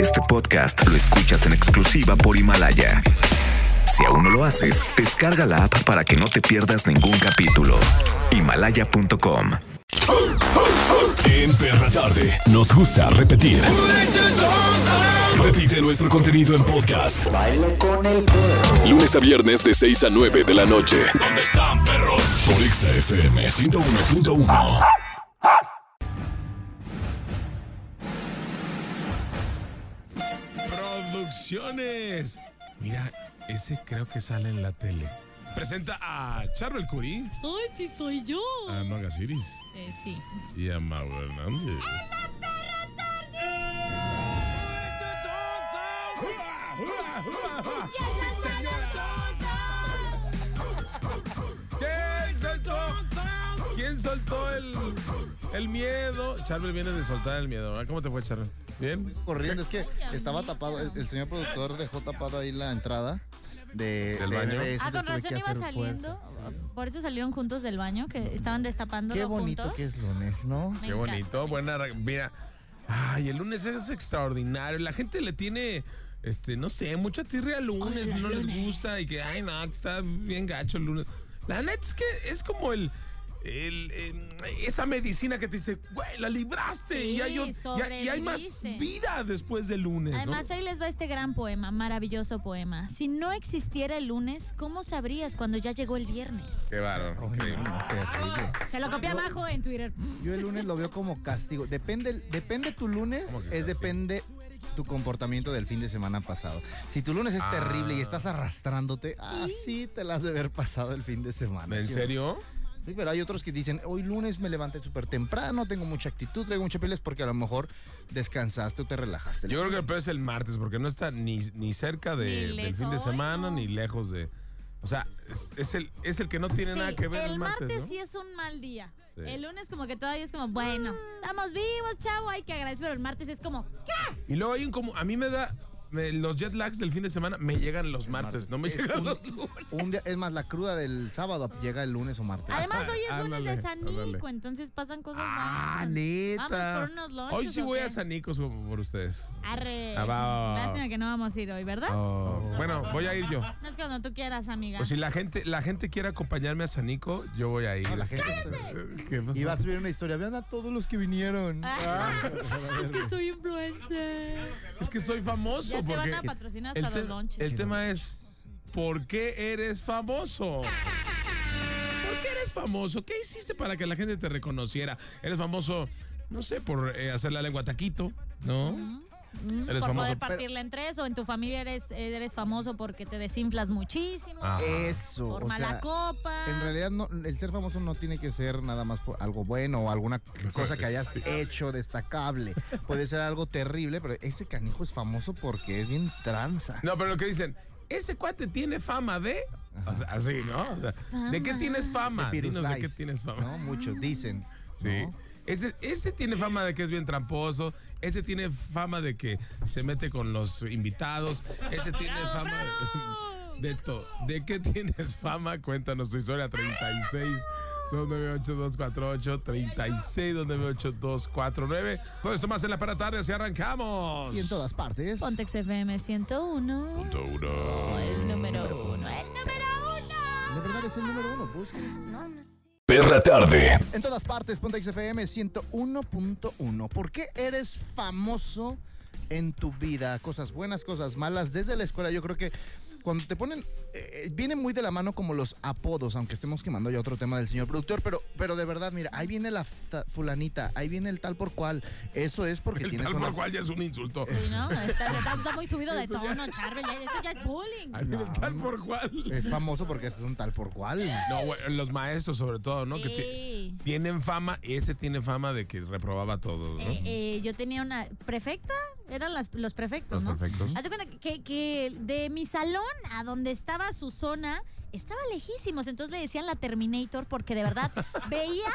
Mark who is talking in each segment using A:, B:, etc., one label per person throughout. A: Este podcast lo escuchas en exclusiva por Himalaya. Si aún no lo haces, descarga la app para que no te pierdas ningún capítulo. Himalaya.com.
B: En Perra Tarde nos gusta repetir. Repite nuestro contenido en podcast. Lunes a viernes de 6 a 9 de la noche. ¿Dónde están, perros? Por Exa FM 101.1.
C: Producciones. Mira, ese creo que sale en la tele. Presenta a Charo El Curí,
D: ¡Ay, sí soy yo!
C: a Noga Ciris
D: Eh, sí.
C: y a Mauro Hernández. ¡Sí, señora! ¿Quién soltó? ¿Quién soltó el, el miedo? Charvel viene de soltar el miedo. ¿verdad? ¿Cómo te fue, Charvel? ¿Bien?
E: corriendo. Es que estaba tapado, el, el señor productor dejó tapado ahí la entrada de,
C: ¿Del
E: de
C: baño?
E: RBS,
F: Ah, con
E: entonces tuve
F: razón
E: que
F: iba
E: hacer
F: saliendo.
E: fuerza.
F: Por eso salieron juntos del baño, que estaban destapándolo
E: Qué bonito
F: juntos.
E: que es lunes, ¿no?
F: Me
C: Qué
F: encanta.
C: bonito, buena. ra- Mira, ay, el lunes es extraordinario. La gente le tiene, este, no sé, mucha tirria al lunes, no les gusta y que, ay, no, que está bien gacho el lunes. La neta es que es como el. el, em, esa medicina que te dice, güey, la libraste y,
F: Sí,
C: hay, ot- y hay- y hay más
F: sobreviviste.
C: vida después del lunes. ¿no?
F: Además, ahí les va este gran poema, maravilloso poema. Si no existiera el lunes, ¿cómo sabrías cuando ya llegó el viernes?
C: Qué bárbaro, increíble.
E: No, terrible.
F: Se lo copié abajo en Twitter.
E: Yo el lunes lo veo como castigo. Depende, depende tu lunes,
C: ¿Cómo que
E: es
C: castigo?
E: depende tu comportamiento del fin de semana pasado. Si tu lunes es
C: Ah.
E: terrible y estás arrastrándote, así te la has de haber pasado el fin de semana.
C: ¿En
E: ¿sí o no?
C: serio?
E: Sí, pero hay otros que dicen, hoy lunes me levanté súper temprano, tengo mucha actitud, tengo mucha piel, es porque a lo mejor descansaste o te relajaste.
C: Yo creo que el peor es el martes, porque no está ni, ni cerca de-
F: Ni
C: del fin de
F: lejos,
C: semana,
F: no.
C: ni lejos de. O sea, es, es el, es el que no tiene
F: Sí,
C: nada que ver el,
F: el martes
C: ¿no?
F: sí es un mal día.
C: Sí. Ah.
F: El lunes como que todavía es como, bueno, estamos vivos, chavo, hay que agradecer. Pero el martes es como,
C: Y luego hay un como. A mí me da. me- los jet lags del fin de semana me llegan los martes, no me
E: Es
C: llegan
E: un-
C: los lunes.
E: Un día, es más, la cruda del sábado llega el lunes o martes.
F: Además, hoy es lunes
C: Ándale,
F: de San
C: ándale.
F: Nico, entonces pasan cosas
C: Ah,
F: buenas.
C: neta.
F: Vamos por unos lunches,
C: Hoy sí
F: ¿o
C: voy
F: qué?
C: a San Nicos por ustedes.
F: Arre.
C: Ah, va, va, va.
F: Lástima que no vamos a ir hoy, ¿verdad?
C: Oh, Bueno, voy a ir yo.
F: No es cuando tú quieras, amiga.
C: Pues si la gente, la gente quiere acompañarme a San Nico, yo voy a ir.
E: la gente-
C: ¿Qué pasó?
E: Y va a subir una historia, vean a todos los que vinieron.
F: Ah, es que soy influencer.
C: Es que soy famoso.
F: Ya te
C: porque
F: van a patrocinar
C: el,
F: hasta
C: te-
F: los lonches.
C: el tema es, ¿por qué eres famoso? ¿Por qué eres famoso? ¿Qué hiciste para que la gente te reconociera? Eres famoso, no sé, por eh, hacer la lengua taquito, ¿no?
F: Mm,
C: eres
F: por
C: famoso,
F: poder partirla en tres o en tu familia eres, eres famoso porque te desinflas muchísimo.
C: Ajá.
E: Eso.
F: por
E: o
F: mala
E: sea,
F: copa.
E: En realidad, no, el ser famoso no tiene que ser nada más por algo bueno o alguna cosa que hayas hecho destacable. Puede ser algo terrible, pero ese canijo es famoso porque es bien tranza.
C: No, pero lo que dicen, ese cuate tiene fama de... O sea, así, ¿no? O sea, ¿De qué tienes fama?
E: Pirus
C: Dinos de qué
E: Lice,
C: tienes fama.
E: ¿no? Muchos dicen.
C: Sí.
E: ¿no?
C: Ese, ese tiene fama de que es bien tramposo. Ese tiene fama de que se mete con los invitados. Ese tiene fama de, de todo. ¿De qué tienes fama? Cuéntanos tu historia. 36 298 248 36 298 249. Todo esto más en la para tarde. Así arrancamos.
E: Y en todas partes.
F: Pontex FM 101.
C: Punto uno.
F: Oh, El número uno. El número uno.
E: De verdad es el número uno, busca.
B: Perra Tarde.
E: En todas partes, Pontex FM 101.1. ¿Por qué eres famoso en tu vida? Cosas buenas, cosas malas. Desde la escuela, yo creo que cuando te ponen. eh, viene muy de la mano como los apodos, aunque estemos quemando ya otro tema del señor productor, pero, pero de verdad, mira, ahí viene la ta- fulanita, ahí viene el tal por cual. Eso es porque
C: El
E: tienes
C: tal
E: una.
C: por cual ya es un insulto.
F: Sí, ¿no? Está, está- está muy subido de tono, Charvel. ya- Eso ya es bullying.
C: Ay, mira, el tal por cual.
E: Es famoso porque es un tal por cual.
C: No, güey, los maestros sobre todo, ¿no? Que ti-
F: Sí.
C: tienen fama, ese tiene fama de que reprobaba todo, ¿no?
F: Eh, eh, yo tenía una prefecta, eran las- los prefectos,
C: Los
F: ¿no?
C: prefectos.
F: Haz de cuenta que, que de mi salón a donde estaba su zona, estaba lejísimos, entonces le decían la Terminator porque de verdad veía...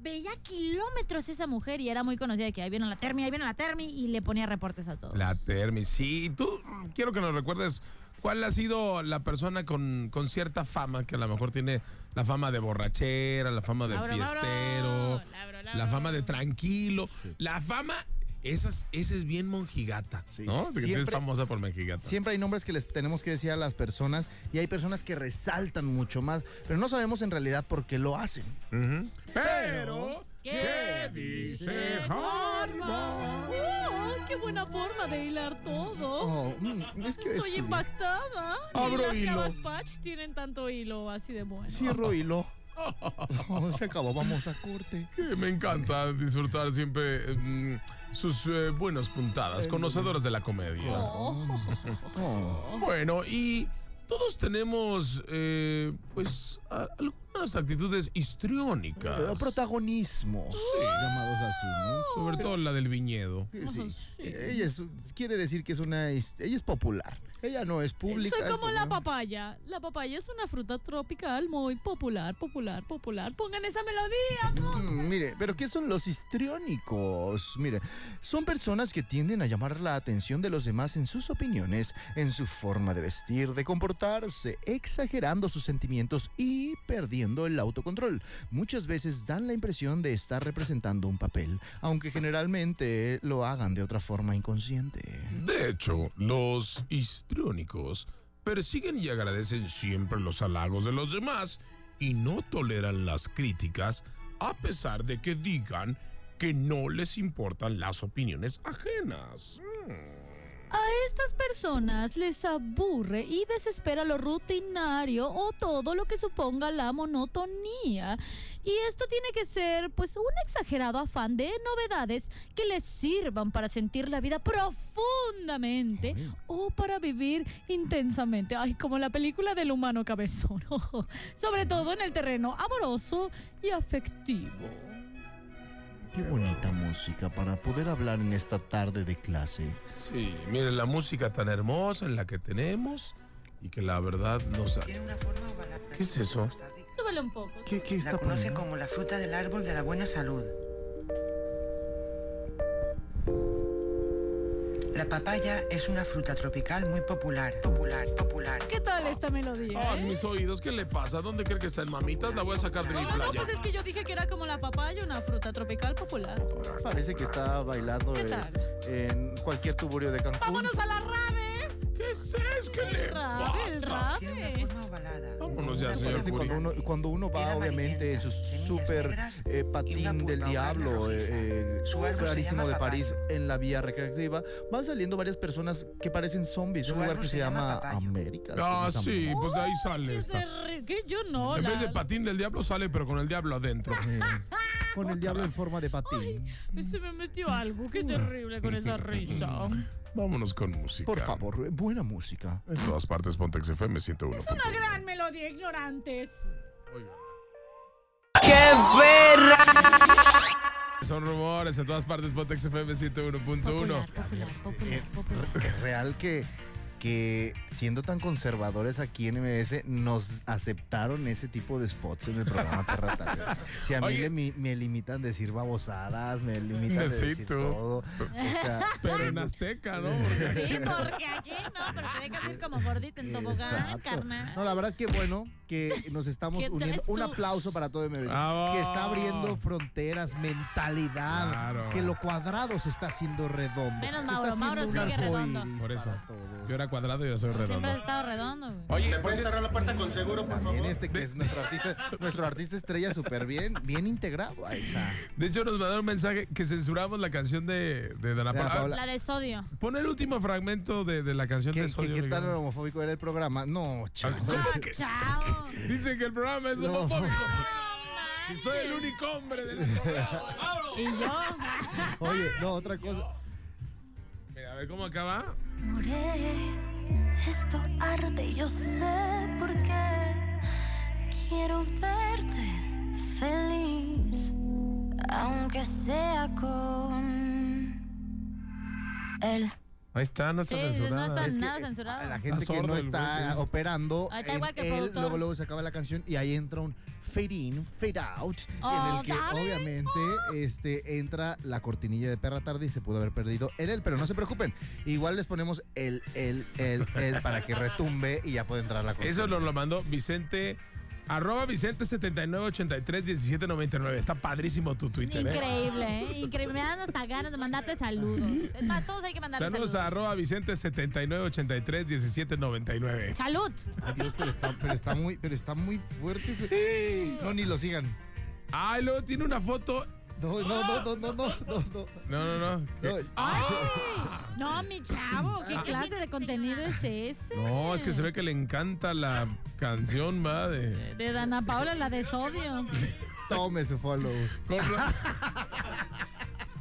F: Veía kilómetros esa mujer y era muy conocida de que ahí viene la Termi, ahí viene la Termi y le ponía reportes a todos.
C: La Termi, sí. Tú mm, quiero que nos recuerdes cuál ha sido la persona con, con cierta fama, que a lo mejor tiene la fama de borrachera, la fama de
F: Lauro, Lauro,
C: fiestero,
F: Lauro, Lauro.
C: la fama de tranquilo, la fama Esas, esa es bien monjigata,
E: Sí.
C: ¿no? Porque
E: Siempre-
C: es famosa por monjigata.
E: Siempre hay nombres que les tenemos que decir a las personas y hay personas que resaltan mucho más, pero no sabemos en realidad por qué lo hacen.
C: Ujú.
E: Pero,
G: ¿qué dice
C: Harbaugh?
G: ¡Wow! ¡Qué buena forma de hilar todo!
E: Oh, mm, es que
G: Estoy
E: estudié.
G: impactada.
C: Abro
G: Ni las
C: hilo.
G: habas patch tienen tanto hilo así de bueno.
E: Cierro hilo. No, se acabó, vamos a corte.
C: Que me encanta disfrutar siempre mm, sus eh, buenas puntadas, conocedoras de la comedia.
G: Oh.
E: Oh.
C: Bueno, y todos tenemos, eh, pues, a- algunas actitudes histriónicas.
E: Eh, Protagonismo. Llamados así, ¿no?
C: Sobre todo la del viñedo.
E: Sí, sí. Ella es- quiere decir que es una. his- Ella es popular. Ella no es pública.
G: Soy como
E: es
G: la
E: popular.
G: papaya. La papaya es una fruta tropical muy popular, popular, popular. Pongan esa melodía. po.
E: Mm, Mire, pero ¿qué son los histriónicos? Mire, son personas que tienden a llamar la atención de los demás en sus opiniones, en su forma de vestir, de comportarse, exagerando sus sentimientos y perdiendo el autocontrol. Muchas veces dan la impresión de estar representando un papel, aunque generalmente lo hagan de otra forma inconsciente.
C: De hecho, los histriónicos persiguen y agradecen siempre los halagos de los demás y no toleran las críticas a pesar de que digan que no les importan las opiniones ajenas.
G: A estas personas les aburre y desespera lo rutinario o todo lo que suponga la monotonía. Y esto tiene que ser pues un exagerado afán de novedades que les sirvan para sentir la vida profundamente o para vivir intensamente. Ay, como la película del humano cabezón. Sobre todo en el terreno amoroso y afectivo.
E: Qué bonita música para poder hablar en esta tarde de clase.
C: Sí, miren la música tan hermosa en la que tenemos y que la verdad nos... ha-
D: Tiene una forma ovalada.
C: ¿Qué es eso?
D: Costa Rica.
G: Súbele un poco.
E: ¿Qué, qué
D: La
E: está
D: conoce
E: poniendo?
D: como la fruta del árbol de la buena salud. La papaya es una fruta tropical muy popular, popular, popular.
G: ¿Qué tal esta melodía?
C: Ay,
G: eh?
C: mis oídos, ¿qué le pasa? ¿Dónde cree que están mamitas? La voy a sacar de mi
G: No, no,
C: playa.
G: pues es que yo dije que era como la papaya, una fruta tropical popular.
E: Parece que está bailando
G: ¿Qué
E: eh,
G: tal?
E: en cualquier tuburio de Cancún.
G: ¡Vámonos a la rave!
C: ¿Qué es eso? ¿Qué le
G: El rave, el
C: pasa?
D: Tiene una
G: rave.
D: forma ovalada.
C: Vámonos ya,
D: Una
C: señor
E: Parece
D: cola
E: cuando uno,
D: brillante,
E: cuando uno
D: piel
E: va, obviamente, en
D: amarillenta,
E: su
D: semillas
E: súper
D: negras
E: eh,
D: y una
E: patín del
D: pulpa oval
E: diablo,
D: rojiza.
E: eh, eh,
D: Su árbol se
E: clarísimo
D: llama
E: de
D: papaya.
E: París, en la vía recreativa, van saliendo varias personas que parecen zombies.
D: Su
E: Un lugar
D: árbol
E: que
D: se
E: se
D: llama
E: llama
D: papayo.
E: América.
C: Ah,
E: se llama.
C: sí, pues ahí sale
G: Que
C: esta.
G: se re- que yo no,
C: En
G: la-
C: vez de patín del diablo sale, pero con el diablo adentro.
E: Con el diablo en forma de patín.
G: Se me metió algo, qué terrible con esa risa.
C: Vámonos con música.
E: Por favor, eh, buena música.
C: En todas partes, Pontex FM 101.
G: Es una gran melodía, ignorantes.
C: Oigan,
D: ¡Qué verra!
C: Son rumores en todas partes, Pontex FM 101.1.
G: popular,
E: Eh, Es real que, que siendo tan conservadores aquí en MBS nos aceptaron ese tipo de spots en el programa Terra Talía. Si a mí
C: Oye.
E: le mi- me limitan decir babosadas, me limitan decir
C: Necesito.
E: todo. o sea, pues,
C: Pero en Azteca, ¿no? Porque-
G: Sí, porque aquí no, pero tiene que ser como gordito en tobogán,
E: exacto.
G: carnal.
E: No, la verdad que bueno que nos estamos
G: ¿Qué
E: uniendo.
G: traes
E: Un
G: tú?
E: aplauso para todo MBS.
C: ¡Bravo!
E: Que está abriendo fronteras, mentalidad.
C: oh. Claro.
E: Que lo cuadrado se está haciendo redondo.
G: Menos
E: Se
G: Mauro,
E: está haciendo
G: Mauro
E: un
G: sigue
E: arco
G: redondo.
E: iris
C: Por eso.
E: para todos.
C: Yo era cuadrado y yo soy
G: Siempre
C: redondo.
G: has estado redondo, güey.
C: Oye, por cierto-
E: También este que es nuestro artista, nuestro artista estrella súper bien, bien integrado. Ahí está.
C: de hecho, nos mandaron un mensaje que censuramos la canción de, de Dana
E: Dana
C: Paola.
E: Paola.
G: La de sodio.
C: Pon el último fragmento de, de la canción
E: ¿Qué,
C: de
E: qué-
C: Sodio.
E: qué tan
C: Miguel.
E: homofóbico era el programa? No, chaval.
G: Ah, chao.
C: Dicen que el programa es
E: No.
C: homofóbico.
G: No
C: Si soy el
G: manches.
C: único hombre del programa. ¡Mauro!
G: Y yo.
E: Oye, no, otra cosa.
C: Mira, a ver cómo acaba.
H: Moriré, esto arde, yo sé por qué. Quiero verte feliz, aunque sea con él.
C: Ahí está, no está
G: Sí, no
C: censurada.
G: está
E: que,
G: nada
E: eh, a
G: censurado.
E: La gente
C: Está
E: que
C: sordo
E: no
C: el güey,
E: está
C: ¿no?
E: operando,
G: Ah, está igual que el
E: él,
G: productor.
E: luego luego se acaba la canción y ahí entra un fade in, fade out, en
G: Oh,
E: el que
G: dale.
E: obviamente este entra la cortinilla de perra tarde y se pudo haber perdido el él, pero no se preocupen, igual les ponemos el el el el para que retumbe y ya puede entrar la cortinilla.
C: Eso nos lo mandó Vicente Arroba Vicente 7983 1799. Está padrísimo tu Twitter. ¿eh?
F: Increíble, ¿eh? Increíble. Me dan hasta ganas de mandarte saludos. Es más, todos hay que mandarle
C: Saludos a
F: saludos.
C: arroba Vicente 7983 1799.
F: Salud.
E: Adiós, pero está, pero está muy, pero está muy fuerte. eso. No, ni lo sigan.
C: Ah, y luego tiene una foto.
E: No, no, no, no, no, no, no, no.
C: No, no, no.
E: No,
C: ¿Qué?
F: ¡Ay! No, mi chavo, ¿qué clase de contenido es ese?
C: No, es que se ve que le encanta la canción, va. De...
F: De Dana Paula, la de sodio.
E: Tome su follow.
C: Con ra-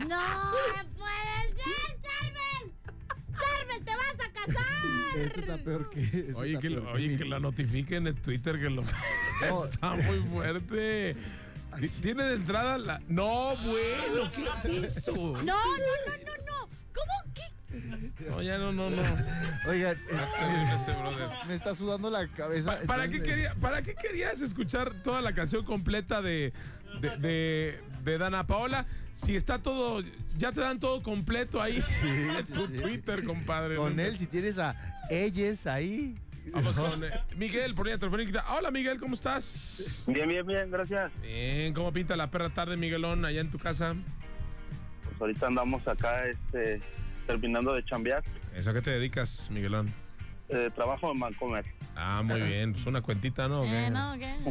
F: ¡No puede ser, Charmel! ¡Charmel, te vas a
E: Esto Este está
F: casar!
E: peor que. esto
C: Oye,
E: está
C: que, lo,
E: peor
C: oye,
E: mi-
C: que la notifiquen en Twitter que lo. Está muy fuerte. Ti- Tiene de entrada la. No, bueno, ¿qué es eso?
F: No, no, no, no, no. ¿Cómo que?
C: No, ya no, no, no. Ya
E: Oigan, es-
C: terminé ese, brother.
E: me está sudando la cabeza.
C: Pa- ¿Para qué,
E: Entonces,
C: quería- ¿Para qué querías escuchar toda la canción completa de, de, de- de Dana Paola? Si está todo, ya te dan todo completo ahí en tu Twitter, compadre.
E: Con
C: ¿no?
E: él, si tienes a ellas ahí.
C: Vamos con eh, Miguel por línea telefónica. Hola Miguel, ¿cómo estás?
I: Bien, bien, bien, gracias.
C: Bien, ¿cómo pinta la perra tarde, Miguelón, allá en tu casa?
I: Pues ahorita andamos acá este, terminando de chambear.
C: ¿Eso a qué te dedicas, Miguelón?
I: Eh, trabajo en Mancomer.
C: Ah, muy bien, pues una cuentita, ¿no? ¿O qué?
F: Eh, no, ¿qué?
E: Mm,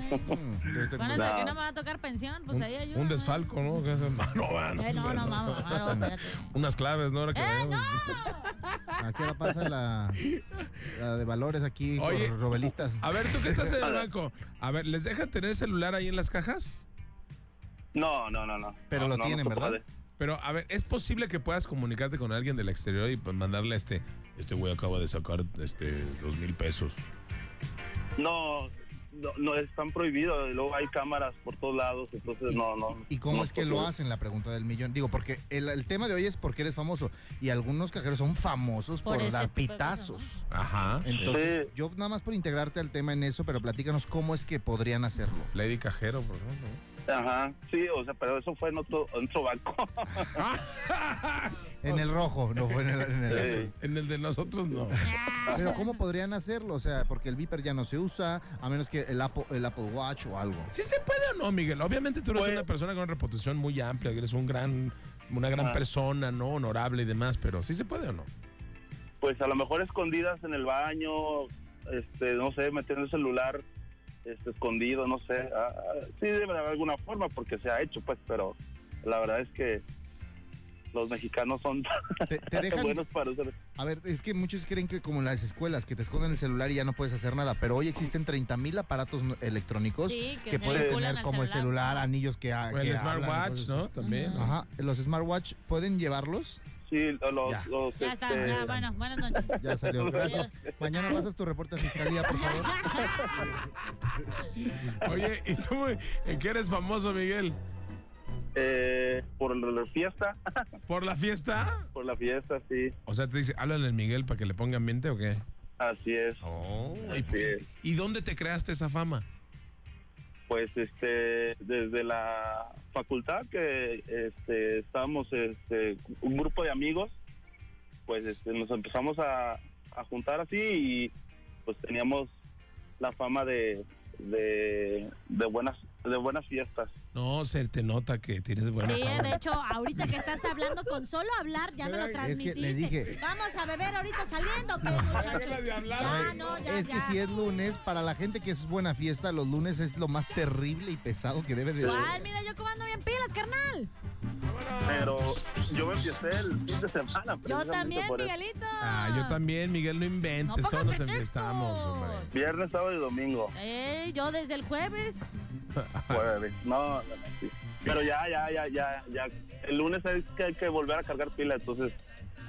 F: Ay, Con eso de que no me va a tocar pensión, pues
C: Un,
F: ahí ayuda.
C: un desfalco, ¿no? ¿Qué es eso? No, va, no,
F: Eh, no, no,
C: no.
F: vamos, vamos, espérate.
C: Unas claves, ¿no? Ahora que
F: ¡Eh,
C: vayamos.
F: no!
E: ¿A qué hora pasa la, la de valores aquí
C: Oye.
E: por robelistas?
C: A ver, tú que estás en el banco, a ver, ¿les dejan tener celular ahí en las cajas?
I: No, no, no, no.
E: Pero
I: No,
E: lo
I: no, no
E: tienen,
I: se
E: ¿verdad?
I: puede.
C: Pero, a ver, ¿es posible que puedas comunicarte con alguien del exterior y pues, mandarle este, este güey acaba de sacar este dos mil pesos?
I: No, no, no, están prohibidos. Luego hay cámaras por todos lados, entonces no, no.
E: ¿Y cómo
I: no
E: es que lo
I: posible.
E: hacen? La pregunta del millón. Digo, porque el, el tema de hoy es porque eres famoso. Y algunos cajeros son famosos
F: Por
E: por,
F: ese
E: dar
F: tipo de cosas,
E: pitazos.
C: Ajá.
E: Entonces,
I: Sí.
E: yo nada más por integrarte al tema en eso, pero platícanos cómo es que podrían hacerlo.
C: Lady Cajero, por ejemplo.
I: Ajá, sí, o sea, pero eso fue en otro, en otro banco.
E: En el rojo, no fue en el... en el azul.
I: Sí.
C: En el de nosotros no.
E: Pero ¿cómo podrían hacerlo? O sea, porque el Viper ya no se usa, a menos que el Apple, el Apple Watch o algo.
C: ¿Sí se puede o no, Miguel? Obviamente tú eres
I: Pues-
C: una persona con una reputación muy amplia, que eres un gran, una gran
I: Ah.
C: persona, ¿no? Honorable y demás, pero ¿sí se puede o no?
I: Pues a lo mejor escondidas en el baño, este, no sé, metiendo el celular este, escondido, no sé. Ah, ah, sí, debe de haber alguna forma porque se ha hecho, pues, pero la verdad es que los mexicanos son
E: Te, te dejan...
I: buenos para hacer.
E: A ver, es que muchos creen que como en las escuelas, que te esconden el celular y ya no puedes hacer nada, pero hoy existen 30 mil aparatos no- electrónicos
F: Sí, que
E: que
F: se
E: puedes
F: vinculan
E: tener
F: al
E: como el celular, anillos que... ha-
C: O el
E: que hablan y
C: smartwatch,
E: cosas
C: ¿no?
E: así.
C: También.
F: Ajá.
E: Ajá, los smartwatch pueden llevarlos.
I: Sí, lo- los.
E: Ya.
I: los,
F: Ya está,
I: este,
F: ya, bueno, buenas noches.
E: Ya salió, gracias. Mañana pasas tu reporte a fiscalía, por favor.
C: Oye, ¿y tú en qué eres famoso, Miguel?
I: eh, por la fiesta,
C: ¿Por la fiesta?
I: por la fiesta, sí.
C: O sea, te dice, háblale al Miguel para que le ponga ambiente o qué?
I: Así es.
C: Oh,
I: Así
C: ¿y,
I: es.
C: y dónde te creaste esa fama?
I: Pues este, desde la facultad que este, estábamos este, un grupo de amigos, pues este, nos empezamos a, a juntar así y pues teníamos la fama de, de, de buenas de buenas fiestas.
C: No, se te nota que tienes buena
F: Sí,
C: fama.
F: de hecho, ahorita que estás hablando, con solo hablar ya me lo
E: Es que
F: transmitiste.
E: le dije.
F: Vamos a beber ahorita saliendo, ¿o ¿qué, muchachos?
C: Deja de hablar.
F: Ya,
E: Ay,
F: no, ya,
E: es que
F: ya.
E: si es lunes, para la gente que es buena fiesta, los lunes es lo más terrible y pesado que debe de
F: ¿Cuál? Mira, yo comando bien pilas, carnal.
I: Pero yo me empecé el fin de semana.
F: Yo
I: precisamente
F: también,
I: por eso.
F: Miguelito.
C: Ah, yo también, Miguel, no
F: No
C: inventes.
F: pongas
C: Todos nos
F: pretextos.
C: enfiestamos, hombre.
I: Viernes, sábado y domingo.
F: Eh, yo desde el jueves.
I: Jueves. No, no, no, sí. Pero ya, ya, ya, ya, ya. El lunes es que hay que volver a cargar pila, entonces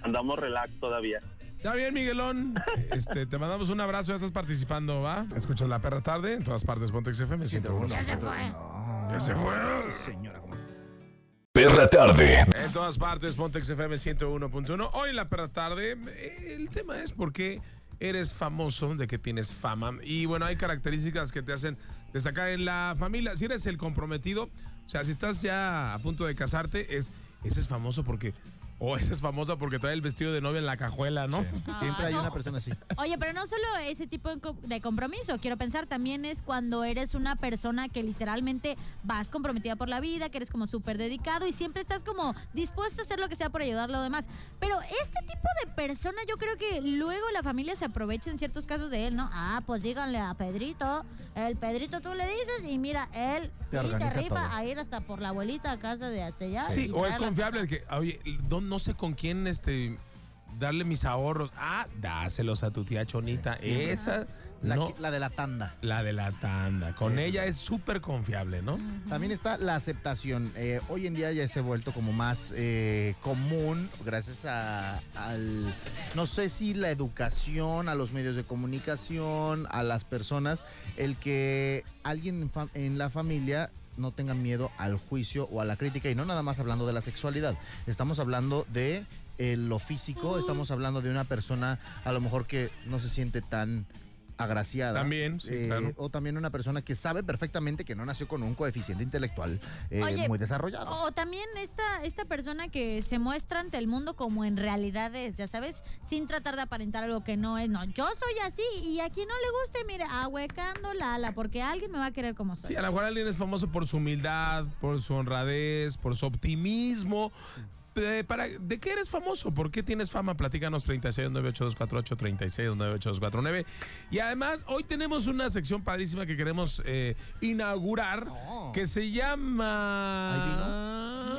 I: andamos relax todavía.
C: Está bien, Miguelón. Este, te mandamos un abrazo, ya estás participando, ¿va? Escuchas La Perra Tarde en todas partes, Pontex FM 101.
F: Ya se fue.
C: Ya se fue.
E: señora.
B: Perra tarde.
C: En todas partes, Pontex FM 101.1. Hoy en la perra tarde, eh, el tema es por qué eres famoso, de que tienes fama. Y bueno, hay características que te hacen destacar en la familia. Si eres el comprometido, o sea, si estás ya a punto de casarte, es, ese es famoso porque O esa es famosa porque trae el vestido de novia en la cajuela, ¿no?
E: Siempre
F: Ah,
E: hay
F: no.
E: una persona así.
F: Oye, pero no solo ese tipo de co- de compromiso, quiero pensar, también es cuando eres una persona que literalmente vas comprometida por la vida, que eres como súper dedicado y siempre estás como dispuesto a hacer lo que sea por ayudar a lo demás. Pero este tipo de persona yo creo que luego la familia se aprovecha en ciertos casos de él, ¿no? Ah, pues díganle a Pedrito, el Pedrito tú le dices y mira, él
E: Se
F: sí se
E: organiza
F: rifa
E: todo.
F: a ir hasta por la abuelita a casa de hasta allá.
C: Sí,
F: y
C: o es
F: traerla hasta
C: confiable el que, oye, no, no sé con quién este darle mis ahorros. Ah, dáselos a tu tía Chonita. Esa,
E: La,
C: no,
E: qui- la de la tanda.
C: la de la tanda. Con ella es súper confiable, ¿no?
E: También está la aceptación. Eh, hoy en día ya se ha vuelto como más eh, común gracias a, al, no sé si la educación, a los medios de comunicación, a las personas, el que alguien en, fam- en la familia no tenga miedo al juicio o a la crítica y no nada más hablando de la sexualidad. Estamos hablando de eh, lo físico, estamos hablando de una persona a lo mejor que no se siente tan agraciada.
C: También, sí, claro.
E: Eh, O también una persona que sabe perfectamente que no nació con un coeficiente intelectual eh,
F: Oye,
E: muy desarrollado.
H: oh.
F: O también esta, esta persona que se muestra ante el mundo como en realidad es, ya sabes, sin tratar de aparentar algo que no es. No, yo soy así y a quien no le guste, mire, ahuecando la ala, porque alguien me va a querer como soy.
C: Sí, a lo mejor alguien es famoso por su humildad, por su honradez, por su optimismo. De, para, ¿De qué eres famoso? ¿Por qué tienes fama? Platícanos 3698248, 3698249. Y además, hoy tenemos una sección padrísima que queremos eh, inaugurar
E: No.
C: que se llama...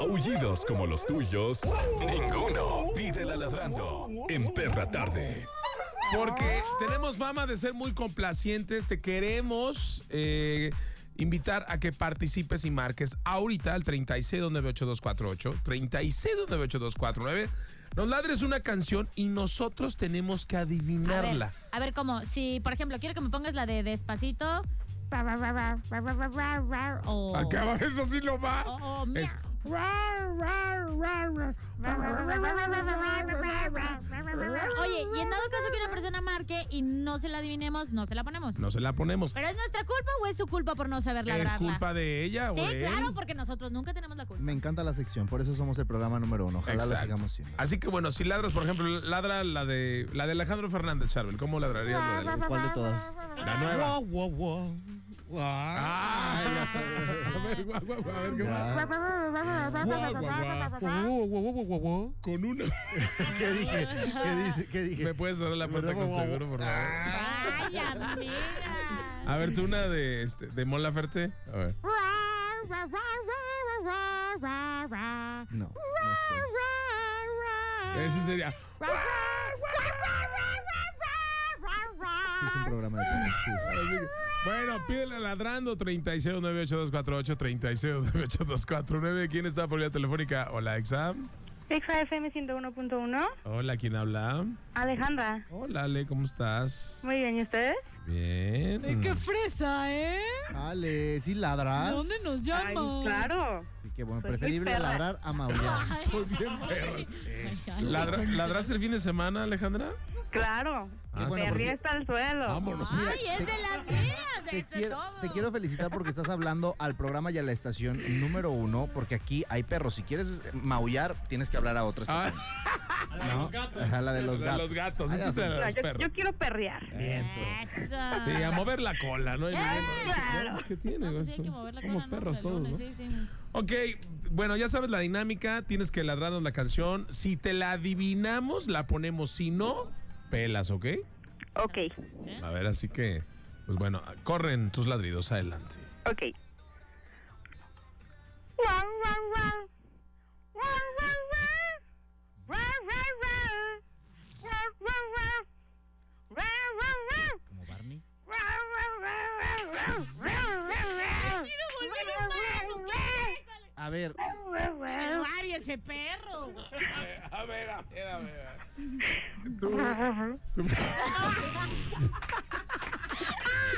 B: Aullidos como los tuyos, ninguno pide la ladrando en perra tarde.
C: Porque tenemos fama de ser muy complacientes, te queremos eh, invitar a que participes y marques ahorita al 3698248, 3698249. Nos ladres una canción y nosotros tenemos que
F: a ver,
C: adivinarla.
F: a ver cómo, si por ejemplo quiero que me pongas la de despacito. O,
C: Acaba eso sí lo va.
F: o, o miau.
C: Es-
F: Oye, y en dado caso que una persona marque y no se la adivinemos, no se la ponemos.
C: No se la ponemos.
F: ¿Pero es nuestra culpa o es su culpa por no saber
C: ¿Es
F: ladrarla?
C: culpa de ella
F: Sí,
C: o de él?
F: claro, porque nosotros nunca tenemos la culpa.
E: Me encanta la sección, por eso somos el programa número uno. Ojalá lo
C: Exacto.
E: sigamos siendo.
C: Así que bueno, si ladras, por ejemplo, ladra la de la de Alejandro Fernández, Charbel. ¿Cómo ladrarías la de Alejandro?
E: ¿Cuál de todas?
C: La nueva.
E: Wow, wow, wow. Wow.
C: Ah, ya sé. A ver, guau, guau, guau, a ver qué pasa. Guau, guau, guau.
E: Wow, wow, wow, wow, wow.
C: Con una.
E: ¿Qué dije? ¿Qué dice? ¿Qué dije?
C: ¿Me puedes cerrar la puerta con seguro, por
F: Ah.
C: favor?
F: Ay, amiga.
C: A ver, tú una de, este, de Mon Laferte. A ver.
E: No, no sé.
C: Ese sería.
E: Sí, es un programa de televisión.
C: Bueno, pídele ladrando 3698248 3698249. ¿Quién está por la telefónica? Hola, exam.
H: Exa FM 101.1.
C: Hola, ¿quién habla?
H: Alejandra.
C: Hola, Ale, ¿cómo estás?
H: Muy bien, ¿y ustedes?
C: Bien.
J: ¡Qué fresa, eh!
E: Ale, sí ladras.
J: ¿Dónde nos
H: Ay,
J: llaman?
H: claro.
E: Así que bueno,
H: Soy muy
E: preferible
H: perra.
E: labrar a maullar.
C: Soy bien perro. Ladra- ¿Ladras el fin de semana, Alejandra?
H: Claro.
C: Ah,
H: Me
C: sí, porque-
H: ríe hasta el suelo.
C: Vámonos.
F: Ay, es de las mías,
E: Te
F: es de
E: quiero,
F: todo.
E: te quiero felicitar porque estás hablando al programa y a la estación número uno, porque aquí hay perros. Si quieres maullar, tienes que hablar a otra
C: Ah.
E: estación. ¿no? Ajá, la de los
C: De
E: gatos.
C: los gatos.
E: Ay,
C: Este es
E: Dios
C: el de
H: No,
C: los
H: yo,
C: perros.
H: yo quiero perrear.
F: Eso.
C: Sí, a mover la cola, ¿no?
H: Claro.
C: ¿Qué tiene?
F: No, pues sí, hay que mover la
C: Somos
F: cola, ¿no?
C: perros
F: Del
C: todos,
F: lunes,
C: ¿no?
F: sí, sí.
C: Ok, bueno, ya sabes la dinámica. Tienes que ladrarnos la canción. Si te la adivinamos, la ponemos. Si no, pelas, ¿ok?
H: Ok,
C: A ver, así que, pues bueno, corren tus ladridos adelante.
H: ok. Guau, guau, guau. Guau, guau, guau. Guau, guau, guau. Guau, guau, guau. Guau, guau, guau. Guau, guau, guau, guau, guau.
F: Quiero volver a hablar, ¿no? ¿Qué es?
E: A ver,
H: Guau, guau.
F: Qué rabia ese perro.
C: A ver, a ver, a ver.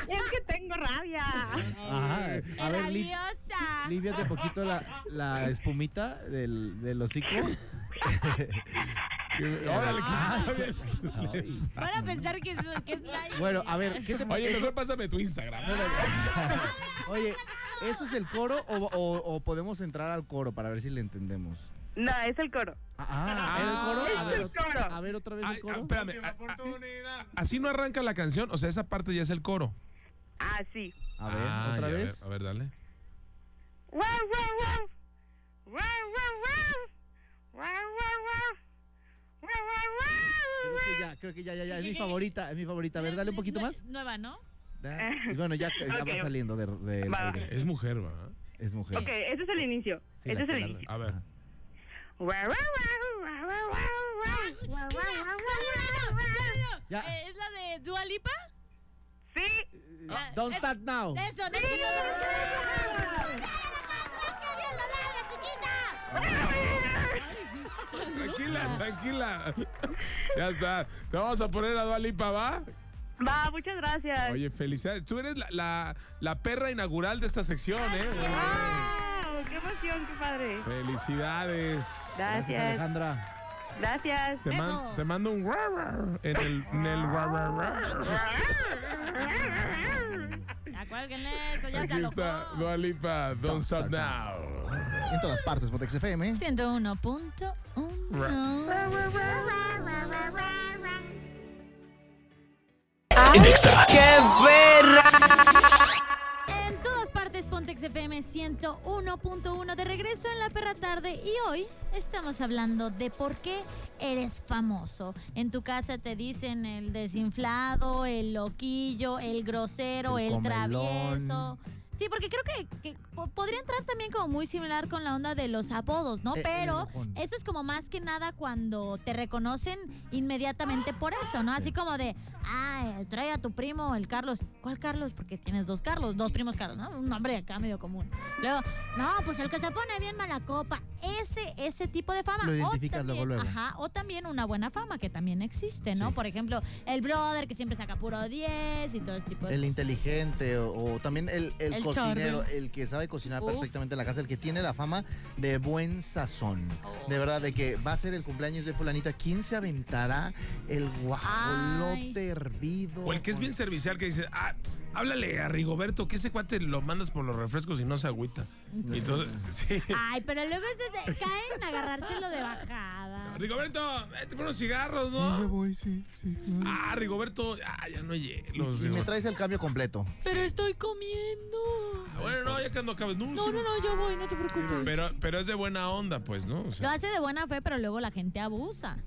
H: Es que tengo rabia.
E: ajá, a ver, Liv,
F: Rabiosa.
E: líviate poquito la, la espumita del, del hocico.
C: Órale, ¿quién sabe?
F: Van a pensar que es, que es
E: Bueno, a ver, ¿qué te Ah,
C: Oye, mejor pásame tu Instagram.
E: Oye, ¿Eso es el coro o, o- o podemos entrar al coro para ver si le entendemos?
H: No, es el coro.
E: Ah, ah, ¿era el coro? A
H: Es
E: ver,
H: el
E: otra-
H: coro.
E: a ver, otra vez
C: Ay,
E: el
C: ah,
E: coro.
C: espérame, ah, ah, así no arranca la canción, o sea, esa parte ya es el coro.
H: Así.
E: A ver,
C: Ay,
E: otra
C: a ver,
E: vez.
C: A ver, dale.
H: Wow, wow, wow. Wow, wow, wow. Wow, wow, wow. Wow,
E: Creo
H: wow, wow.
E: que ya, creo que ya, ya, ya. Es mi favorita, es mi favorita. A ver, dale un poquito
F: Nue-
E: más.
F: Nueva, ¿no?
E: Da- y Bueno, ya, ya
H: Ok.
E: va saliendo de, del
H: Va.
E: aire.
C: Es mujer, ¿verdad?
E: Es mujer.
H: Ok, ese es el inicio.
E: Sí,
H: ese
E: la
H: es
E: que
H: el
E: la-
H: inicio.
C: A ver.
H: Wow, wow, wow, wow, wow, wow. Wow, wow, wow, wow, wow.
E: Ya.
F: Eh, ¿Es la de Dualipa?
H: Sí. Ah,
E: Don't start now.
F: Eso, no
C: Tranquila, tranquila. Ya está. Te vamos a poner a Dualipa, ¿va?
H: Va, muchas gracias.
C: Oye, felicidades. Tú eres la, la- la perra inaugural de esta sección, ¿eh?
H: Wow, qué emoción, qué padre.
C: Felicidades.
E: Gracias,
H: Gracias,
E: Alejandra.
H: gracias.
C: Te, man-
F: Eso.
C: te mando un guau, guau en el, en el guau, guau, guau.
F: Acuérdenle, esto ya se
C: Aquí está
F: alojó.
C: Dualipa, Don't Stop
E: Stop
C: Now.
E: En todas partes, Botex FM.
F: 101.1.
B: En Exa.
F: En todas partes, Pontex FM 101.1 de regreso en la perra tarde y hoy estamos hablando de por qué eres famoso. En tu casa te dicen el desinflado, el loquillo, el grosero, el,
E: El comelón.
F: travieso. Sí, porque creo que, que po- podría entrar también como muy similar con la onda de los apodos, ¿no?
E: Eh, el
F: Pero
E: enojón.
F: esto es como más que nada cuando te reconocen inmediatamente por eso, ¿no? Así como de, ah, eh, trae a tu primo, el Carlos. ¿Cuál Carlos? Porque tienes dos Carlos, dos primos Carlos, ¿no? Un nombre acá medio común. Luego, no, pues el que se pone bien mala copa. Ese, ese tipo de fama.
E: Lo
F: O
E: identificas
F: también-
E: luego, luego.
F: Ajá, o también una buena fama que también existe, ¿no?
E: Sí.
F: Por ejemplo, el brother que siempre saca puro 10 y todo ese tipo de
E: El
F: cosas.
E: inteligente o, o también el, el
F: El
E: cocinero,
F: chorro.
E: el que sabe cocinar
F: Uf.
E: perfectamente en la casa, el que tiene la fama de buen sazón.
F: Oh.
E: De verdad, de que va a ser el cumpleaños de fulanita. ¿Quién se aventará el guajolote hervido?
C: O el que es
E: con-
C: bien servicial que dice, ah, háblale a Rigoberto, que ese cuate lo mandas por los refrescos y no se agüita. Y entonces, sí.
F: Ay, pero luego se se- caen en agarrárselo de bajada.
C: Rigoberto, vete por unos cigarros,
E: Sí,
C: ¿no?
E: yo voy, sí, sí, claro.
C: Ah, Rigoberto, ah, ya no llegué.
E: Y, y me traes el cambio completo.
F: Pero estoy comiendo.
C: Bueno, no, ya que no acabes. No,
F: No,
C: sí,
F: no, no, yo voy, no te preocupes.
C: Pero, pero es de buena onda, pues, ¿no? O
F: Lo
C: sea,
F: hace de buena fe, pero luego la gente abusa.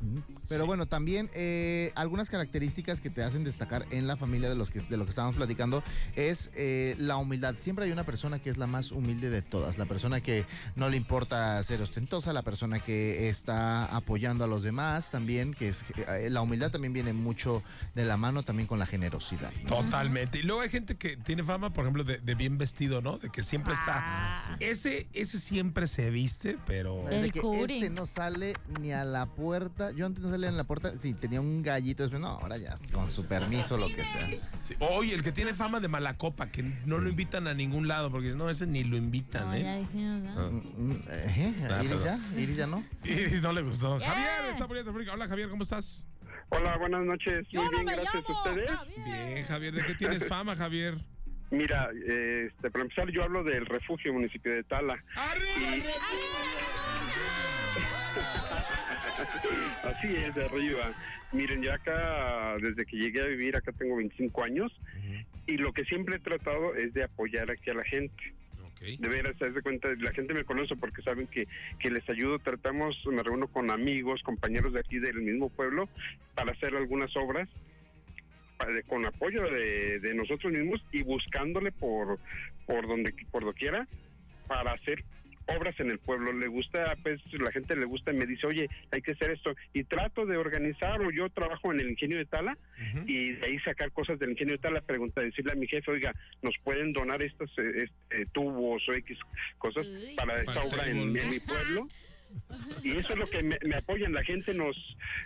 E: Pero bueno, también eh, algunas características que te hacen destacar en la familia de los que de lo que estábamos platicando es eh, la humildad. Siempre hay una persona que es la más humilde de todas, la persona que no le importa ser ostentosa, la persona que está apoyando a los demás, también que es eh, la humildad también viene mucho de la mano también con la generosidad. ¿no?
C: Totalmente. Y luego hay gente que tiene fama, por ejemplo, de, de bien vestido, ¿no? De que siempre
F: Ah,
C: está. Ese, ese siempre se viste, pero.
E: Es de
F: El
E: que
F: curi.
E: este no sale ni a la puerta. Yo antes no salía ni a la puerta. Sí, tenía un gallito. Después, no, ahora ya, con su permiso, lo que sea.
C: Sí. Oye, el que tiene fama de mala copa, que no lo invitan a ningún lado, porque no, ese ni lo invitan,
F: No, ya
C: ¿eh?
F: dije, ¿verdad?
C: Ah.
E: Mm, mm, eh,
C: Ah,
E: Iris ya,
C: perdón.
E: Iris ya no.
C: Y no le gustó.
F: Yeah.
C: Javier, está poniendo frío. Hola, Javier, ¿cómo estás?
J: Hola, buenas noches.
F: Yo
J: Muy
F: no
J: bien,
F: me
J: gracias
F: llamo
J: a ustedes.
F: Javier.
C: Bien, Javier, ¿de qué tienes fama, Javier?
J: Mira, eh, este, para empezar, yo hablo del refugio municipio de Tala.
C: ¡Arriba!
J: Así es, de arriba. Miren, ya acá, desde que llegué a vivir, acá tengo 25 años. Y lo que siempre he tratado es de apoyar aquí a la gente.
C: Ok.
J: De veras, haz de cuenta, la gente me conoce porque saben que, que les ayudo. Tratamos, me reúno con amigos, compañeros de aquí del mismo pueblo para hacer algunas obras para- con apoyo de, de nosotros mismos y buscándole por, por donde por doquiera para hacer obras en el pueblo. Le gusta, pues la gente le gusta y me dice, oye, hay que hacer esto. Y trato de organizarlo. Yo trabajo en el ingenio de Tala
C: Ujú.
J: y de ahí sacar cosas del ingenio tal la pregunta decirle a mi jefe oiga nos pueden donar estos eh, este, eh, tubos o x cosas
F: Uy,
J: para esta
C: Para
J: obra
C: el
J: en,
C: fútbol,
J: en
C: ¿no?
J: mi pueblo y eso es lo que me, me apoyan la gente nos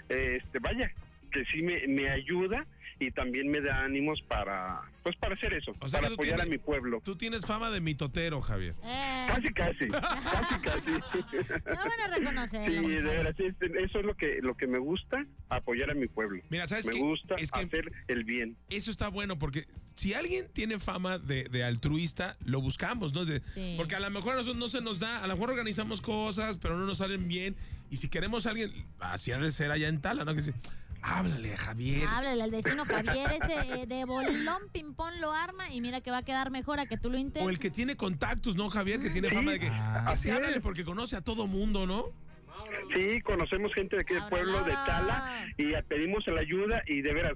J: eh, este vaya que sí me, me ayuda y también me da ánimos para pues para hacer eso,
C: O sea
J: para
C: que tú
J: apoyar a
C: tienes-
J: mi pueblo.
C: Tú tienes fama de mitotero, Javier.
J: Casi, casi, casi, casi.
F: Eh, No van a
J: Sí,
F: reconocerlo. por
J: de
F: favor.
J: veras, es- eso es lo que lo que me gusta, apoyar a mi pueblo.
C: Mira, ¿sabes
J: me
C: qué?
J: gusta Ah.
C: Es que-
J: hacer el bien.
C: Eso está bueno porque si alguien tiene fama de, de altruista, lo buscamos, ¿no? De-
F: Sí.
C: Porque a lo mejor a nosotros no se nos da, a lo mejor organizamos cosas, pero no nos salen bien. Y si queremos a alguien, así ha de ser allá en Tala, ¿no? Que dice, háblale a Javier.
F: Háblale al vecino Javier ese eh, de bolón ping-pong lo arma y mira que va a quedar mejor a que tú lo
C: O
F: intentes.
C: el que tiene contactos, ¿no, Javier? Que tiene fama de que.
E: Ah.
C: así
J: Así
C: háblale
J: es.
C: porque conoce a todo mundo, ¿no?
J: Sí, conocemos gente de aquí del
F: Ahora,
J: pueblo de
F: Laura.
J: Tala y eh, pedimos la ayuda y de veras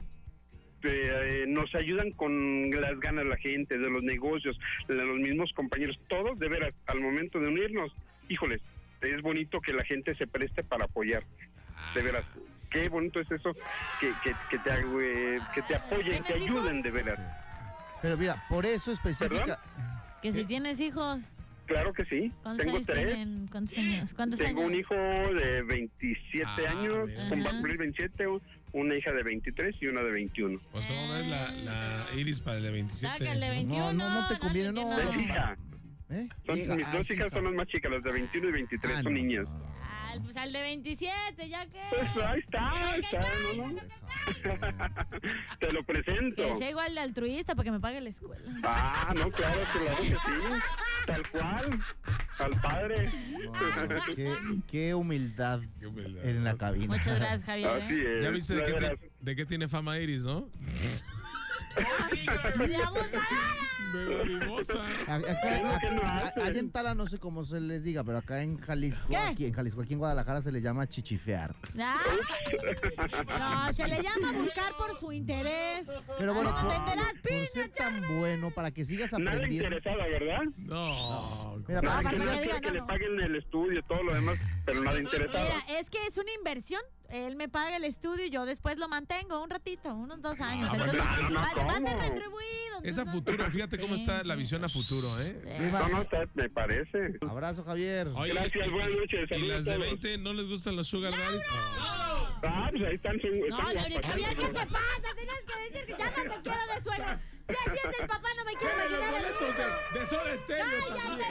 J: eh, eh, nos ayudan con las ganas la gente, de los negocios, la- los mismos compañeros, todos de veras, al momento de unirnos, híjoles, es bonito que la gente se preste para apoyar, de veras. Qué bonito es eso, que, que, que te, hago, eh, que te apoyen, que
F: Ah, ¿Tienes hijos?
J: ayuden de veras.
E: Pero mira, por eso específica.
F: Que si tienes hijos,
J: Claro que sí.
F: ¿cuántos
J: Tengo
F: años
J: tres.
F: tienen? ¿Cuántos años? ¿Cuántos
J: Tengo
F: años?
J: un hijo de 27
C: Ah,
J: años,
C: mira.
J: con- va a
F: Ajá.
J: cumplir 27, u- una hija de 23 y una de 21.
C: Pues cómo ves la, la iris para el de 27.
F: Sácale
E: No,
F: 21.
E: no, no te conviene, no.
J: Es
E: Ah.
J: hija.
E: ¿eh?
J: Son-
E: Hija,
J: mis
E: ah,
J: dos
E: es
J: hijas
E: hija.
J: son las más chicas, las de 21 y 23
E: Ah,
J: son
E: no,
J: niñas.
E: no, no.
F: Al, pues al de 27, ya que.
J: Pues ahí está, ahí
F: Que
J: está. ¿no?
F: caiga,
J: Te lo presento.
F: Que sea igual de altruista para que me pague la escuela.
J: Ah, no, claro, claro que sí. Tal cual. Al padre.
E: No, qué, qué humildad
C: Qué humildad.
E: en la cabina.
F: Muchas gracias, Javier.
J: Así
F: ¿eh?
J: es.
C: Ya viste de
J: La
C: qué,
J: verdad,
C: ti- de qué tiene fama Iris, ¿no?
F: ¡De abusadora!
C: De
E: A-
C: animosa.
E: acá-
J: lo que no
E: a-
J: hacen?
E: allá en Tala no sé cómo se les diga, pero acá en Jalisco,
F: ¿Qué?
E: aquí en Jalisco, aquí en Guadalajara se le llama chichifear.
F: Ah, No, se le llama buscar por su interés.
E: Pero bueno,
F: Ah,
E: por,
F: te enteras,
E: por ser tan bueno para que sigas
J: Nada
E: aprendiendo.
J: interesada, ¿verdad?
C: No.
E: Mira,
J: Nada
E: para que
F: para
J: interesada,
F: que
E: sigas-
F: diga,
J: que
F: no,
J: le
F: no.
J: paguen el estudio, todo lo demás, pero nada interesada.
F: Mira, es que es una inversión. Él me paga el estudio y yo después lo mantengo un ratito, unos dos años.
C: Ah,
F: Entonces,
J: no, no,
F: va, va a ser
J: ¿cómo?
F: retribuido.
C: Es a
F: entonces-
C: futuro, fíjate cómo
F: Sí,
C: está la
F: sí.
C: visión a futuro, ¿eh?
F: Sí.
E: Viva.
J: No, no, está- me parece.
E: Abrazo, Javier.
C: Oye,
J: Gracias,
C: y-
J: buenas noches,
C: ¿Y
J: saludos
C: las
J: a
C: de
J: todos.
C: 20 no les gustan los sugar daddies? Oh.
J: Ah, pues ahí están. Son,
F: No,
J: están
F: Laura,
J: guapas.
F: Javier, ¿qué te pasa? Tenías que decir que ya no te quiero de suegra. Si así es el papá, no me quiero
C: Los
F: imaginar. el
C: boletos
F: mío.
C: de, de Soda Stereo también.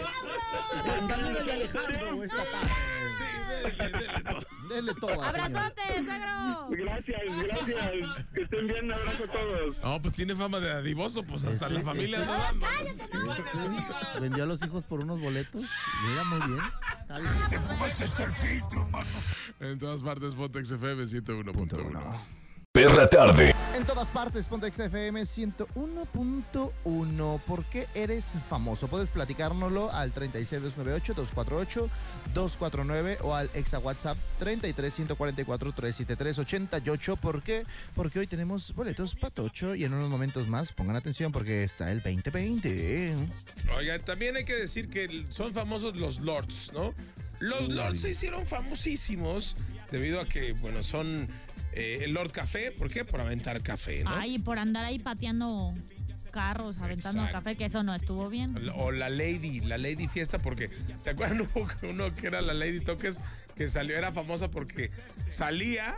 E: También el de Alejandro. esta tarde.
C: Sí, dele, dele todo.
E: Denle todo. señor.
F: ¡Abrazote, suegro!
J: Gracias, gracias. Que estén bien, abrazo a todos.
C: No, pues tiene fama de adivoso, pues hasta la familia
E: este-
C: lo ama.
E: Sí, sí. Vendió a los hijos por unos boletos. Mira, muy bien.
C: En todas partes, Pontex FM 101.1.
B: Perra tarde.
E: En todas partes, Pontex FM 101.1. ¿Por qué eres famoso? Puedes platicárnoslo al 36298-248-249 o al exa WhatsApp 33-144-373-88. ¿Por qué? Porque hoy tenemos boletos patocho y en unos momentos más, pongan atención porque está el 2020.
C: Oiga, también hay que decir que son famosos los lords, ¿no? Los lords se hicieron famosísimos debido a que, bueno, son eh, el Lord Café. ¿Por qué? Por aventar café, ¿no?
F: Ay, por andar ahí pateando carros, aventando
C: Exacto.
F: café, que eso no estuvo bien.
C: O la Lady, la Lady Fiesta, porque ¿se acuerdan hubo uno que era la Lady Toques que salió, era famosa porque salía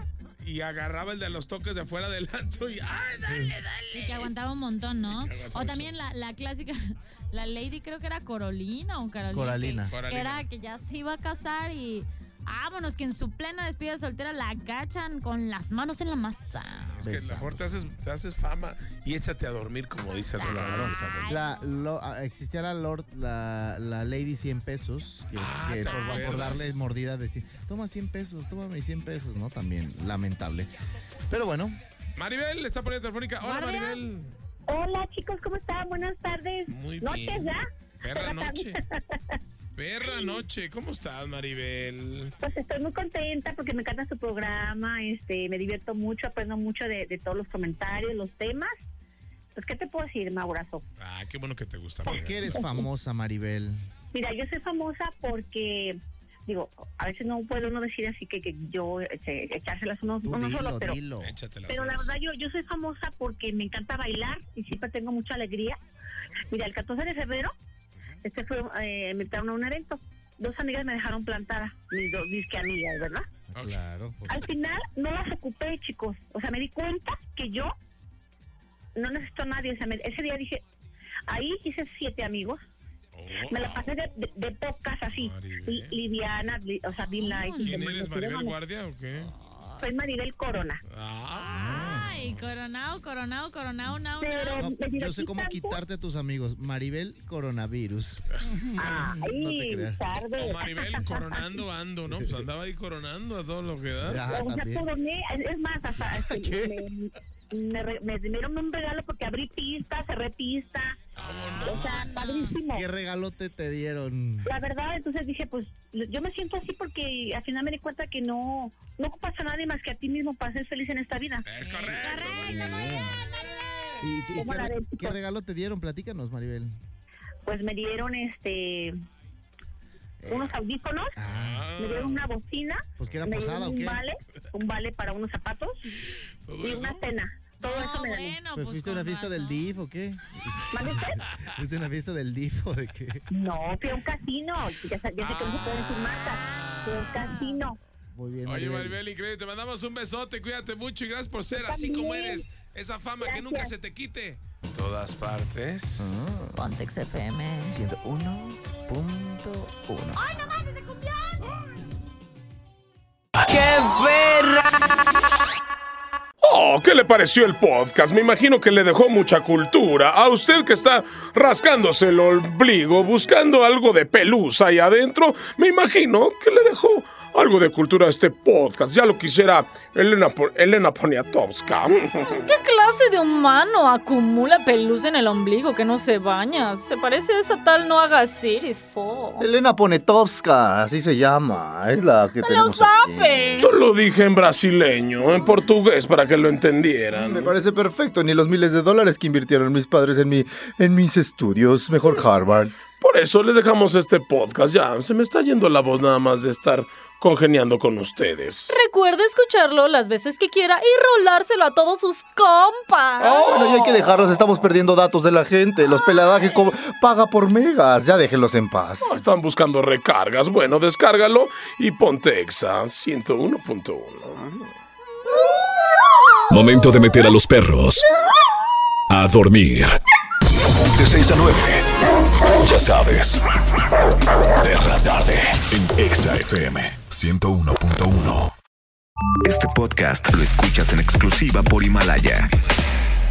C: y agarraba el de los toques de afuera del antro y ¡ay, dale, dale!
F: Y que aguantaba un montón, ¿no?
C: aguantaba
F: O también la, la clásica, la lady creo que era Corolina o Carolina.
E: Coralina.
F: que- Que
C: Coralina.
F: era que ya se iba a casar y vámonos, que en su plena despedida de soltera la agachan con las manos en la masa.
C: Es que a lo mejor te haces, te haces fama y échate a dormir, como dice el Rolando González.
E: La, lo- ah, existía la Lord, la, la Lady 100 pesos, que,
C: Ah,
E: que
C: ¿te
E: por, por
C: acuerdas?
E: darle mordida decía, toma 100 pesos, tómame 100 pesos, ¿no? También, lamentable. Pero bueno,
C: Maribel, está por ahí telefónica. Hola,
F: Maribel.
C: Maribel.
H: Hola chicos, ¿cómo están? Buenas tardes.
C: Muy
H: Noches,
C: bien.
H: ¿ya?
C: Perra noche. Perra noche. ¿Cómo estás, Maribel?
H: Pues estoy muy contenta porque me encanta su programa, este, me divierto mucho, aprendo mucho de, de todos los comentarios, los temas. Pues, ¿qué te puedo decir, Maurazo?
C: Ah, qué bueno que te gusta,
E: ¿por
C: Maribel.
E: qué eres famosa, Maribel?
H: Mira, yo soy famosa porque, digo, a veces no puedo no decir así que, que yo este, echárselas unos,
E: Tú
H: unos
E: dilo,
H: solos, pero,
E: dilo.
C: Échatela.
H: pero la verdad yo, yo soy famosa porque me encanta bailar y siempre tengo mucha alegría. Mira, el 14 de febrero, este fue, eh, me invitaron a un evento
K: dos amigas me dejaron plantada, mis dos disque amigas, ¿verdad?
E: Claro.
K: Al final no las ocupé, chicos. O sea, me di cuenta que yo no necesito a nadie. O sea, me- ese día dije, ahí hice siete amigos. me la pasé de, de, de pocas
C: Oh,
K: así. Li- liviana, li- o sea, bien light.
L: ¿Quién
K: Como
L: eres,
K: me quiero
L: Maribel
K: manejar.
L: Guardia o qué?
K: Soy Maribel Corona.
L: Ah,
C: Ah.
F: Ay, coronado, coronado, coronado, nao,
K: Pero
F: nao.
E: No, yo sé cómo quitarte a tus amigos. Maribel Coronavirus. Ah, No te creas.
K: tarde.
L: O Maribel coronando ando, ¿no? Pues andaba ahí coronando a todo lo que da.
E: Ajá,
K: O sea,
E: Ah, también.
K: coroné, es más, hasta este, me, me re- me dieron un regalo porque abrí pista, cerré pista. O sea, padrísimo.
E: ¿Qué regalote te dieron?
K: La verdad, entonces dije, pues yo me siento así porque al final me di cuenta que no, no ocupas a nadie más que a ti mismo para ser feliz en esta vida.
L: Es correcto.
E: ¿Y, y
K: ¿Cómo
E: qué,
K: la
E: re-
K: ves, chicos?
E: qué regalo te dieron? Platícanos, Maribel.
K: Pues me dieron
E: Eh.
K: este unos audífonos, me dieron una bocina,
E: Pues que Ah. era
K: me
E: posada
K: dieron
E: o
K: un
E: qué.
K: vale, un vale para unos zapatos
L: Todo
K: y
L: eso.
K: una cena. Todo eso
F: No,
K: me dieron.
F: bueno,
E: Pues
F: pues
E: fuiste a
F: con
E: una fiesta del
F: razón.
E: DIF o qué?
K: ¿Mande usted?
E: ¿Fuiste a una fiesta del DIF o de qué?
K: No, fui a un casino. Ya, sa- ya sé que no se puede decir marca. Fui a un casino.
E: Muy bien.
L: Oye, Maribel, increíble. Te mandamos un besote. Cuídate mucho y gracias por ser así como
K: también.
L: eres. Esa fama que
K: Gracias.
L: nunca se te quite. Todas partes.
F: Pontex FM.
E: 101.1.
F: ¡Ay, no mames, se cumplió!
C: Oh, ¿qué le pareció el podcast? Me imagino que le dejó mucha cultura. A usted que está rascándose el ombligo, buscando algo de pelusa ahí adentro, me imagino que le dejó algo de cultura a este podcast. Ya lo quisiera Elena, Po- Elena Poniatowska.
G: ¿Qué clase de humano acumula pelusa en el ombligo que no se baña? Se parece a esa tal no hagas iris, fo.
E: Elena Ponetovska, así se llama. Es la que
G: ¡Lo sabe!
C: Yo lo dije en brasileño, en portugués, para que lo entendieran.
M: Me parece perfecto, ni los miles de dólares que invirtieron mis padres en mi en mis estudios, mejor Harvard.
C: Por eso les dejamos este podcast. Ya, se me está yendo la voz nada más de estar congeniando con ustedes.
G: Recuerda escucharlo las veces que quiera y rolárselo a todos sus compas.
E: Oh.
M: Bueno, y hay que dejarlos, estamos perdiendo datos de la gente. Los peladaje co- paga por megas, ya déjenlos en paz.
C: Ah, Están buscando recargas. Bueno, descárgalo y ponte Exa 101.1.
N: Momento de meter a los perros a dormir.
C: De 6 a 9.
N: Ya sabes. De la tarde en Exa FM 101.1.
A: Este podcast lo escuchas en exclusiva por Himalaya.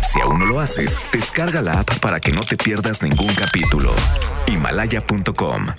A: Si aún no lo haces, descarga la app para que no te pierdas ningún capítulo. Himalaya.com